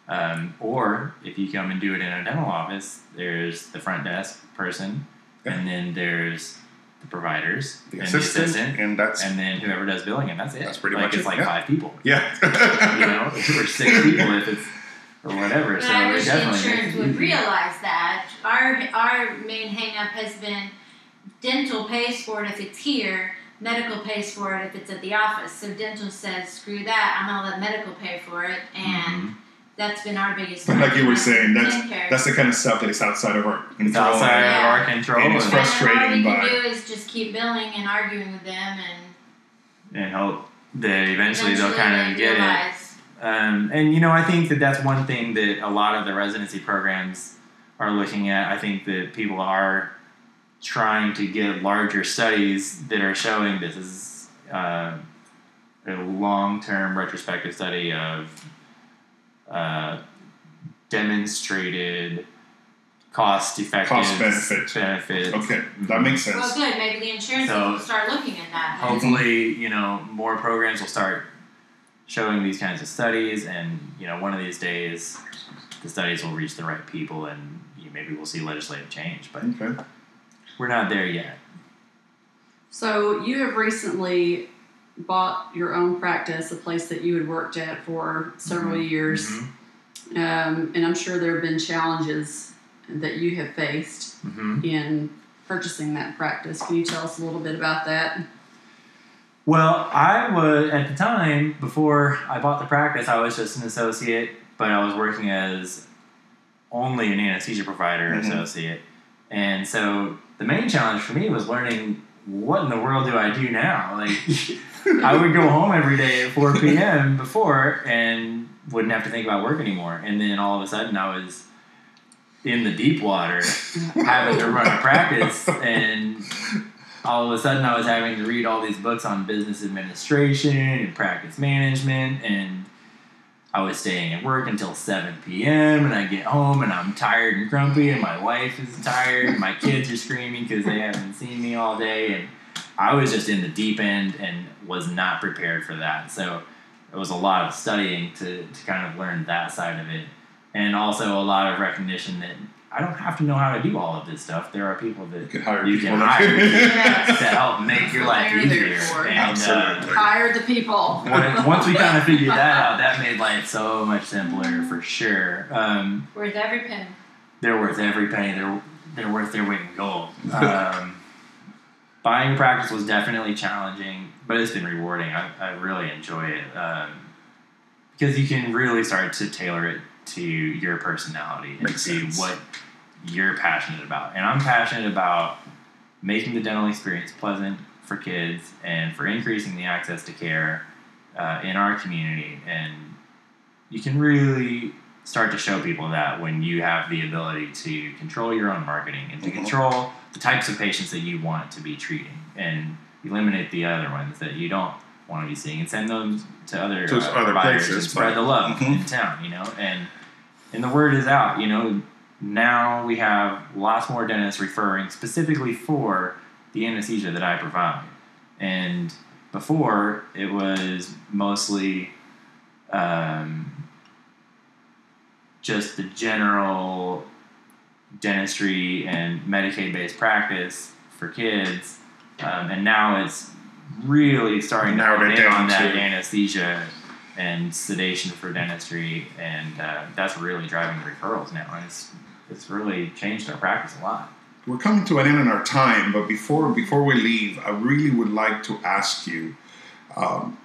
Speaker 3: Um, or if you come and do it in a dental office, there's the front desk person,
Speaker 1: Yeah.
Speaker 3: and then there's the providers
Speaker 1: The
Speaker 3: and
Speaker 1: assistant,
Speaker 3: the assistant,
Speaker 1: and that's
Speaker 3: and then whoever does billing, and that's it.
Speaker 1: That's pretty
Speaker 3: like
Speaker 1: much
Speaker 3: it's
Speaker 1: it,
Speaker 3: like
Speaker 1: yeah.
Speaker 3: five
Speaker 1: [LAUGHS]
Speaker 3: people,
Speaker 1: yeah.
Speaker 3: you know, or six people if it's or whatever.
Speaker 4: But
Speaker 3: so
Speaker 4: I
Speaker 3: it
Speaker 4: wish the
Speaker 3: definitely Mm-hmm.
Speaker 4: insurance
Speaker 3: makes it
Speaker 4: would
Speaker 3: easy.
Speaker 4: realize that. Our our main hangup has been dental pays for it if it's here, medical pays for it if it's at the office. So dental says, screw that, I'm gonna let medical pay for it and
Speaker 3: Mhm.
Speaker 4: that's been our biggest
Speaker 1: But like you were saying, that's- [LAUGHS]
Speaker 4: Dentcare.
Speaker 1: That's the kind of stuff that is outside of our control.
Speaker 3: It's outside
Speaker 4: Yeah.
Speaker 3: of our control,
Speaker 1: And it's
Speaker 3: and,
Speaker 1: frustrating.
Speaker 4: And all we
Speaker 1: but-
Speaker 4: can do is just keep billing and arguing with them and
Speaker 3: and hope that eventually,
Speaker 4: eventually
Speaker 3: they'll kind
Speaker 4: they
Speaker 3: of get it.
Speaker 4: realize.
Speaker 3: Um, and you know, I think that that's one thing that a lot of the residency programs are looking at. I think that people are trying to get larger studies that are showing this is uh, a long-term retrospective study of uh, demonstrated cost-effective
Speaker 1: Cost benefit.
Speaker 3: benefits. Mm-hmm.
Speaker 1: Okay, that makes sense.
Speaker 4: Well good, maybe the insurance
Speaker 3: So-
Speaker 4: will start looking at that. then.
Speaker 3: hopefully you know more programs will start showing these kinds of studies and you know one of these days the studies will reach the right people and you maybe we'll see legislative change but
Speaker 1: Okay.
Speaker 3: we're not there yet
Speaker 2: So you have recently bought your own practice, a place that you had worked at for several years,
Speaker 3: mm-hmm.
Speaker 2: um, and I'm sure there have been challenges that you have faced
Speaker 3: Mm-hmm.
Speaker 2: in purchasing that practice. Can you tell us a little bit about that?
Speaker 3: Well, I was at the time before I bought the practice. I was just an associate, but I was working as only an anesthesia provider
Speaker 1: Mhm.
Speaker 3: associate, and so the main challenge for me was learning what in the world do I do now. Like, I would go home every day at four p.m. before and wouldn't have to think about work anymore, and then all of a sudden I was in the deep water having to run a practice and all of a sudden I was having to read all these books on business administration and practice management and I was staying at work until 7 p.m. and I get home and I'm tired and grumpy and my wife is tired and my kids are screaming because they haven't seen me all day and I was just in the deep end and was not prepared for that. So it was a lot of studying to, to kind of learn that side of it. And also a lot of recognition that I don't have to know how to do all of this stuff. There are people that
Speaker 1: You can hire
Speaker 3: You
Speaker 1: people.
Speaker 3: can
Speaker 1: that-
Speaker 3: hire
Speaker 1: [LAUGHS]
Speaker 2: Yes. [LAUGHS]
Speaker 3: to help make your life
Speaker 2: They're there
Speaker 3: easier.
Speaker 2: for it.
Speaker 3: And uh,
Speaker 1: Absolutely.
Speaker 2: Hire the people.
Speaker 3: when- once we kind of figured that out, that made life so much simpler for sure. Um,
Speaker 4: Worth every penny.
Speaker 3: they're worth every penny. They're they're worth their weight in
Speaker 1: [LAUGHS]
Speaker 3: gold. Um, buying practice was definitely challenging, but it's been rewarding. I, I really enjoy it um, because you can really start to tailor it to your personality and
Speaker 1: Makes
Speaker 3: see
Speaker 1: sense.
Speaker 3: what you're passionate about. And I'm passionate about making the dental experience pleasant for kids and for increasing the access to care uh, in our community. And you can really start to show people that when you have the ability to control your own marketing and to
Speaker 1: Mhm.
Speaker 3: control the types of patients that you want to be treating and eliminate the other ones that you don't want to be seeing and send them to other,
Speaker 1: To
Speaker 3: uh,
Speaker 1: other
Speaker 3: providers
Speaker 1: places,
Speaker 3: and spread
Speaker 1: right.
Speaker 3: the love
Speaker 1: Mhm.
Speaker 3: in town, you know? And and the word is out, you know, Now we have lots more dentists referring specifically for the anesthesia that I provide. And before, it was mostly um, just the general dentistry and Medicaid based practice for kids. Um, and now it's really starting to
Speaker 1: Narrowed
Speaker 3: hone
Speaker 1: it
Speaker 3: in
Speaker 1: down
Speaker 3: on that
Speaker 1: to-
Speaker 3: anesthesia and sedation for dentistry. And uh, that's really driving referrals now. And it's, it's really changed our practice a lot.
Speaker 1: We're coming to an end in our time, but before before we leave, I really would like to ask you, um,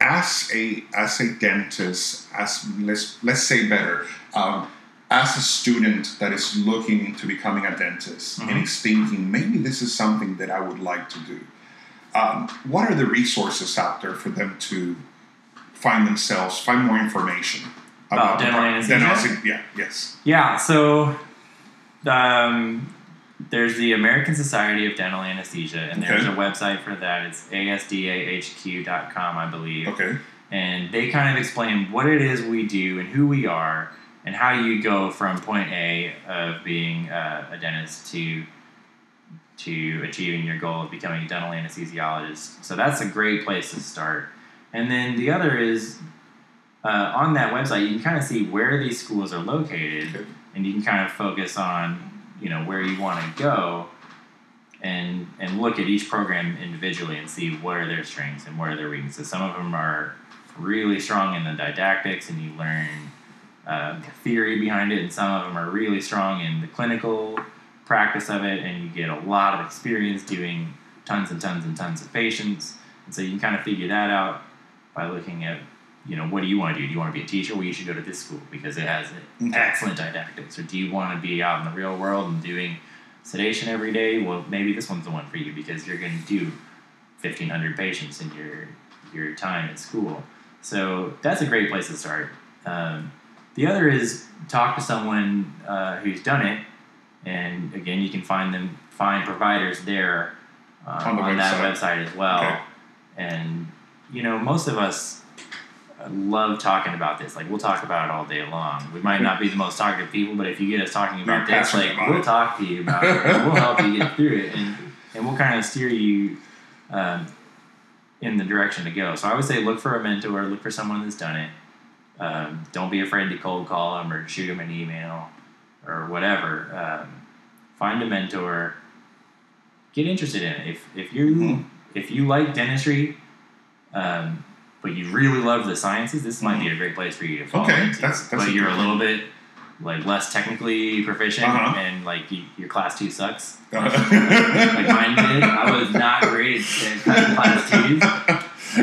Speaker 1: as a as a dentist, as let's let's say better, um, as a student that is looking into becoming a dentist and
Speaker 3: Mhm.
Speaker 1: is thinking maybe this is something that I would like to do. Um, what are the resources out there for them to find themselves, find more information
Speaker 3: About
Speaker 1: the
Speaker 3: dental
Speaker 1: pro-
Speaker 3: anesthesia?
Speaker 1: dental anesthesia? Yeah, yes.
Speaker 3: Yeah, so um, there's the American Society of Dental Anesthesia, and there's
Speaker 1: Okay.
Speaker 3: a website for that. It's asdahq.com, I believe.
Speaker 1: Okay.
Speaker 3: And they kind of explain what it is we do and who we are and how you go from point A of being uh, a dentist to to achieving your goal of becoming a dental anesthesiologist. So that's a great place to start. And then the other is uh, on that website, you can kind of see where these schools are located
Speaker 1: Okay.
Speaker 3: and you can kind of focus on you know where you want to go and and look at each program individually and see what are their strengths and what are their weaknesses some of them are really strong in the didactics and you learn uh, the theory behind it and some of them are really strong in the clinical practice of it and you get a lot of experience doing tons and tons and tons of patients and so you can kind of figure that out by looking at you know what do you want to do do you want to be a teacher well you should go to this school because it has excellent didactics or do you want to be out in the real world and doing sedation every day well maybe this one's the one for you because you're going to do 1500 patients in your your time at school so that's a great place to start um, the other is talk to someone uh, who's done it and again you can find them find providers there uh,
Speaker 1: On the
Speaker 3: that website as well
Speaker 1: Okay.
Speaker 3: and you know most of us I love talking about this. Like we'll talk about it all day long. We might not be the most talkative people, but if you get us talking about
Speaker 1: We're
Speaker 3: this,
Speaker 1: passionate
Speaker 3: like
Speaker 1: about
Speaker 3: we'll
Speaker 1: it.
Speaker 3: talk to you about
Speaker 1: [LAUGHS]
Speaker 3: it. and We'll help you get through it, and and we'll kind of steer you um, in the direction to go. So I would say look for a mentor, look for someone that's done it. Um, don't be afraid to cold call them or shoot them an email or whatever. Um, find a mentor. Get interested in it. If if you
Speaker 1: Mhm.
Speaker 3: if you like dentistry, um, but you really love the sciences, this might be a great place for you to fall
Speaker 1: Mm-hmm. Okay,
Speaker 3: into.
Speaker 1: that's- that's
Speaker 3: but
Speaker 1: a
Speaker 3: you're a
Speaker 1: good
Speaker 3: little bit like less technically proficient,
Speaker 1: Uh-huh.
Speaker 3: and like you, your class two sucks. Like
Speaker 1: [LAUGHS] like
Speaker 3: mine did. I was not great at class twos,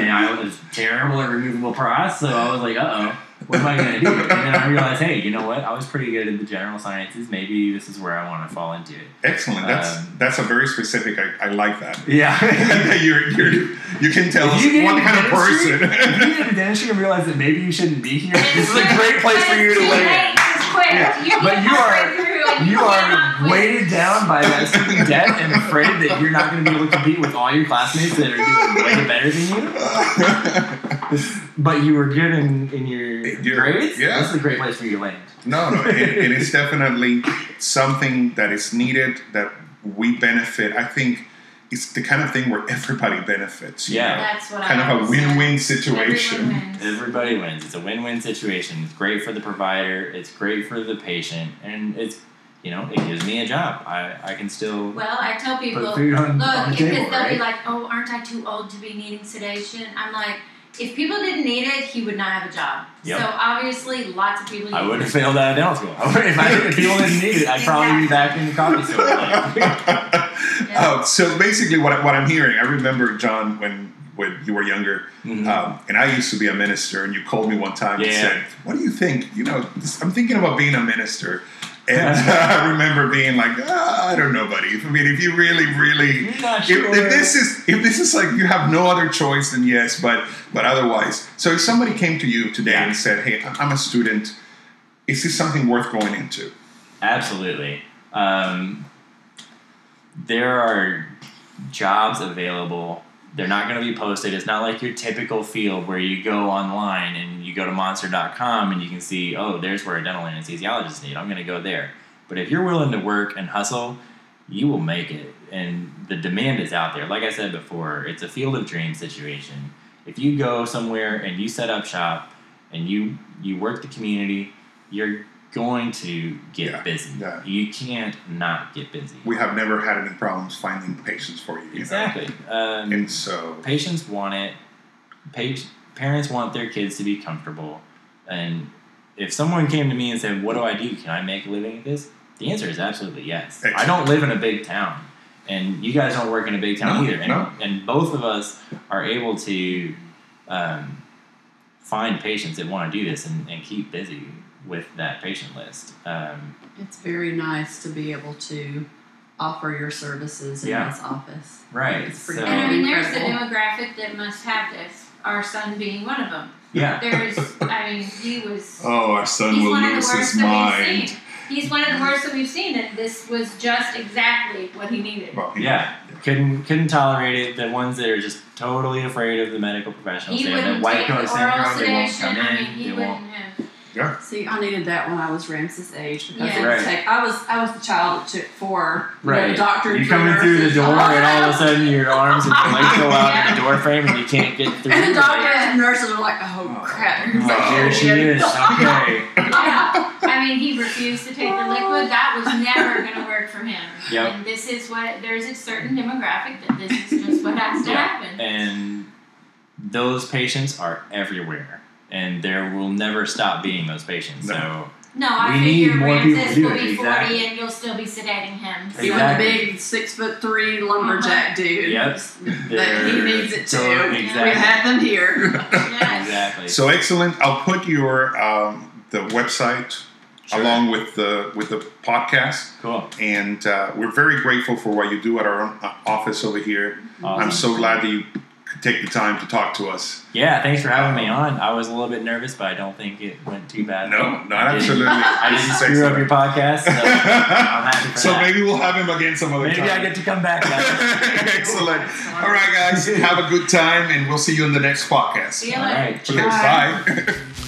Speaker 3: and I was terrible at removable pros. So I was like, uh oh. What am I gonna do? And then I realized, hey, you know what? I was pretty good at the general sciences. Maybe this is where I want to fall into it.
Speaker 1: Excellent. That's
Speaker 3: Um,
Speaker 1: that's a very specific. I, I like that. [LAUGHS]
Speaker 3: [LAUGHS] Yeah.
Speaker 1: you're, you're, you can tell
Speaker 3: If
Speaker 1: us
Speaker 3: you get
Speaker 1: what
Speaker 3: into
Speaker 1: kind of
Speaker 3: dentistry- if you
Speaker 1: person.
Speaker 3: get into dentistry and realize that maybe you shouldn't be here, this is a
Speaker 4: It's
Speaker 3: great place for you to
Speaker 4: too
Speaker 3: lay
Speaker 4: late, It's quick.
Speaker 1: Yeah.
Speaker 4: You
Speaker 3: But
Speaker 4: get
Speaker 3: you
Speaker 4: halfway
Speaker 3: are-
Speaker 4: through and
Speaker 3: in. You
Speaker 4: cannot
Speaker 3: are
Speaker 4: quit.
Speaker 3: weighted down by that student debt and afraid that you're not going to be able to compete with all your classmates that are doing way better than you. But you were good in, in your
Speaker 1: Your-
Speaker 3: grades.
Speaker 1: yeah.
Speaker 3: This is a great place for you to land.
Speaker 1: [LAUGHS] no, no, it, it is definitely something that is needed that we benefit. I think it's the kind of thing where everybody benefits. you
Speaker 3: Yeah.
Speaker 1: know?
Speaker 4: That's what
Speaker 1: kind
Speaker 4: I
Speaker 1: of a
Speaker 4: always
Speaker 1: win-win
Speaker 4: say.
Speaker 1: situation.
Speaker 4: Everyone wins.
Speaker 3: Everybody wins. It's a win-win situation. It's great for the provider. It's great for the patient, and it's you know it gives me a job. I, I can still
Speaker 4: Well, I tell people,
Speaker 3: put
Speaker 4: look,
Speaker 3: food on, on the
Speaker 4: because
Speaker 3: table,
Speaker 4: they'll be
Speaker 3: right?
Speaker 4: like, "Oh, aren't I too old to be needing sedation?" I'm like, if people didn't need it, he would not have a job.
Speaker 3: Yep.
Speaker 4: So obviously, lots of people.
Speaker 3: I
Speaker 4: use
Speaker 3: would [LAUGHS]
Speaker 4: it.
Speaker 3: have failed out of dental school. I would, if, I, if people didn't need it, I'd probably be back in the coffee
Speaker 1: [LAUGHS]
Speaker 3: store. Like, [LAUGHS]
Speaker 4: Yeah.
Speaker 1: Oh, so basically, what, I- what I'm hearing, I remember John when when you were younger,
Speaker 3: Mhm.
Speaker 1: um, and I used to be a minister, and you called me one time and
Speaker 3: Yeah.
Speaker 1: said, "What do you think? You know, this, I'm thinking about being a minister." And [LAUGHS] I remember being like, ah, "I don't know, buddy. I mean, if you really, really,
Speaker 3: You're not
Speaker 1: if,
Speaker 3: sure.
Speaker 1: if this is if this is like you have no other choice than yes, but but otherwise." So if somebody came to you today and said, "Hey, I- I'm a student. Is this something worth going into?"
Speaker 3: Absolutely. Um, there are jobs available They're not going to be posted. It's not like your typical field where you go online and you go to monster.com and you can see, oh, there's where a dental anesthesiologist need. I'm going to go there. But if you're willing to work and hustle, you will make it. And the demand is out there. Like I said before, it's a field of dreams situation. If you go somewhere and you set up shop and you you work the community, you're going to get
Speaker 1: Yeah,
Speaker 3: busy.
Speaker 1: yeah.
Speaker 3: You can't not get busy.
Speaker 1: We have never had any problems finding patients for you. you know?
Speaker 3: Exactly. [LAUGHS] Um,
Speaker 1: And so,
Speaker 3: patients want it. Pa- parents want their kids to be comfortable. And if someone came to me and said, "What do I do? Can I make a living at this?" The answer is absolutely yes. I don't live in a big town, and you guys don't work in a big town
Speaker 1: No,
Speaker 3: either. And,
Speaker 1: no.
Speaker 3: and both of us are able to um, find patients that want to do this and, and keep busy with that patient list. Um,
Speaker 2: It's very nice to be able to offer your services in
Speaker 3: Yeah.
Speaker 2: this office.
Speaker 3: right.
Speaker 2: It's pretty
Speaker 3: so,
Speaker 2: cool.
Speaker 4: [CLEARS THROAT] And I mean, there's the
Speaker 2: Incredible.
Speaker 4: demographic that must have this. Our son being one of them.
Speaker 3: yeah.
Speaker 4: There's, I mean, he
Speaker 3: [LAUGHS]
Speaker 4: was.
Speaker 5: Oh, our son
Speaker 4: he's
Speaker 5: will
Speaker 4: one of the
Speaker 5: lose
Speaker 4: worst
Speaker 5: his
Speaker 4: that
Speaker 5: mind.
Speaker 4: we've seen. He's one of the worst that we've seen. That this was just exactly what he needed.
Speaker 1: well, he-
Speaker 3: Yeah, couldn't couldn't tolerate it. The ones that are just totally afraid of the medical professionals.
Speaker 4: He
Speaker 3: they have that
Speaker 4: wouldn't
Speaker 3: white
Speaker 4: take oral
Speaker 3: coat syndrome. "Oh, They won't
Speaker 4: sedation.
Speaker 3: come in.
Speaker 4: I mean, he
Speaker 3: they
Speaker 4: wouldn't
Speaker 3: won't.
Speaker 4: have.
Speaker 2: See, I needed that when I was Ramses' age because
Speaker 4: Yeah.
Speaker 2: it would
Speaker 3: Right.
Speaker 2: take- I was I was the child to, for you know,
Speaker 3: Right.
Speaker 2: doctor.
Speaker 3: You're coming through the
Speaker 4: [LAUGHS]
Speaker 3: door, and all of a sudden your arms and your legs go out
Speaker 4: Yeah.
Speaker 3: at the door frame, and you can't get
Speaker 2: [LAUGHS]
Speaker 3: through.
Speaker 2: And the
Speaker 3: Like,
Speaker 2: doctor and nurses are like, oh
Speaker 1: Oh.
Speaker 2: crap.
Speaker 3: "Oh, here she is.
Speaker 4: [LAUGHS]
Speaker 3: Okay.
Speaker 4: Yeah. I mean, he refused to take the liquid. That was never going to work for him.
Speaker 3: Yep.
Speaker 4: And this is what there's a certain demographic that this is just what has to
Speaker 3: Yeah.
Speaker 4: happen.
Speaker 3: And those patients are everywhere, and there will never stop being those patients. So
Speaker 4: No, I
Speaker 3: We
Speaker 4: figure
Speaker 3: need more people to
Speaker 4: Ramses
Speaker 3: do
Speaker 4: will
Speaker 3: it,
Speaker 4: be
Speaker 3: exactly.
Speaker 4: forty and you'll still be sedating him. So-
Speaker 2: Even
Speaker 3: Exactly.
Speaker 2: the big six foot three lumberjack dude.
Speaker 3: Yep.
Speaker 2: That he
Speaker 3: they're
Speaker 2: needs it too.
Speaker 3: so-
Speaker 2: We
Speaker 3: Exactly.
Speaker 2: had them here.
Speaker 4: Yes.
Speaker 3: Exactly.
Speaker 1: [LAUGHS] so excellent. I'll put your um, the website
Speaker 3: Sure.
Speaker 1: along with the with the podcast,
Speaker 3: cool.
Speaker 1: and uh, we're very grateful for what you do at our own uh, office over here. I'm
Speaker 3: Awesome.
Speaker 1: so glad that you could take the time to talk to us.
Speaker 3: Yeah, thanks for having me on. I was a little bit nervous, but I don't think it went too bad.
Speaker 1: No, not
Speaker 3: I didn't-
Speaker 1: absolutely.
Speaker 3: I didn't screw up your
Speaker 1: [LAUGHS]
Speaker 3: podcast, so I'm happy for
Speaker 1: so
Speaker 3: that.
Speaker 1: maybe we'll have him again some other
Speaker 3: Maybe
Speaker 1: time.
Speaker 3: I get to come back. Now.
Speaker 1: [LAUGHS] Excellent. All right, guys, have a good time, and we'll see you in the next podcast.
Speaker 4: See you
Speaker 3: All
Speaker 4: later.
Speaker 3: right.
Speaker 1: Okay,
Speaker 2: Bye.
Speaker 1: bye.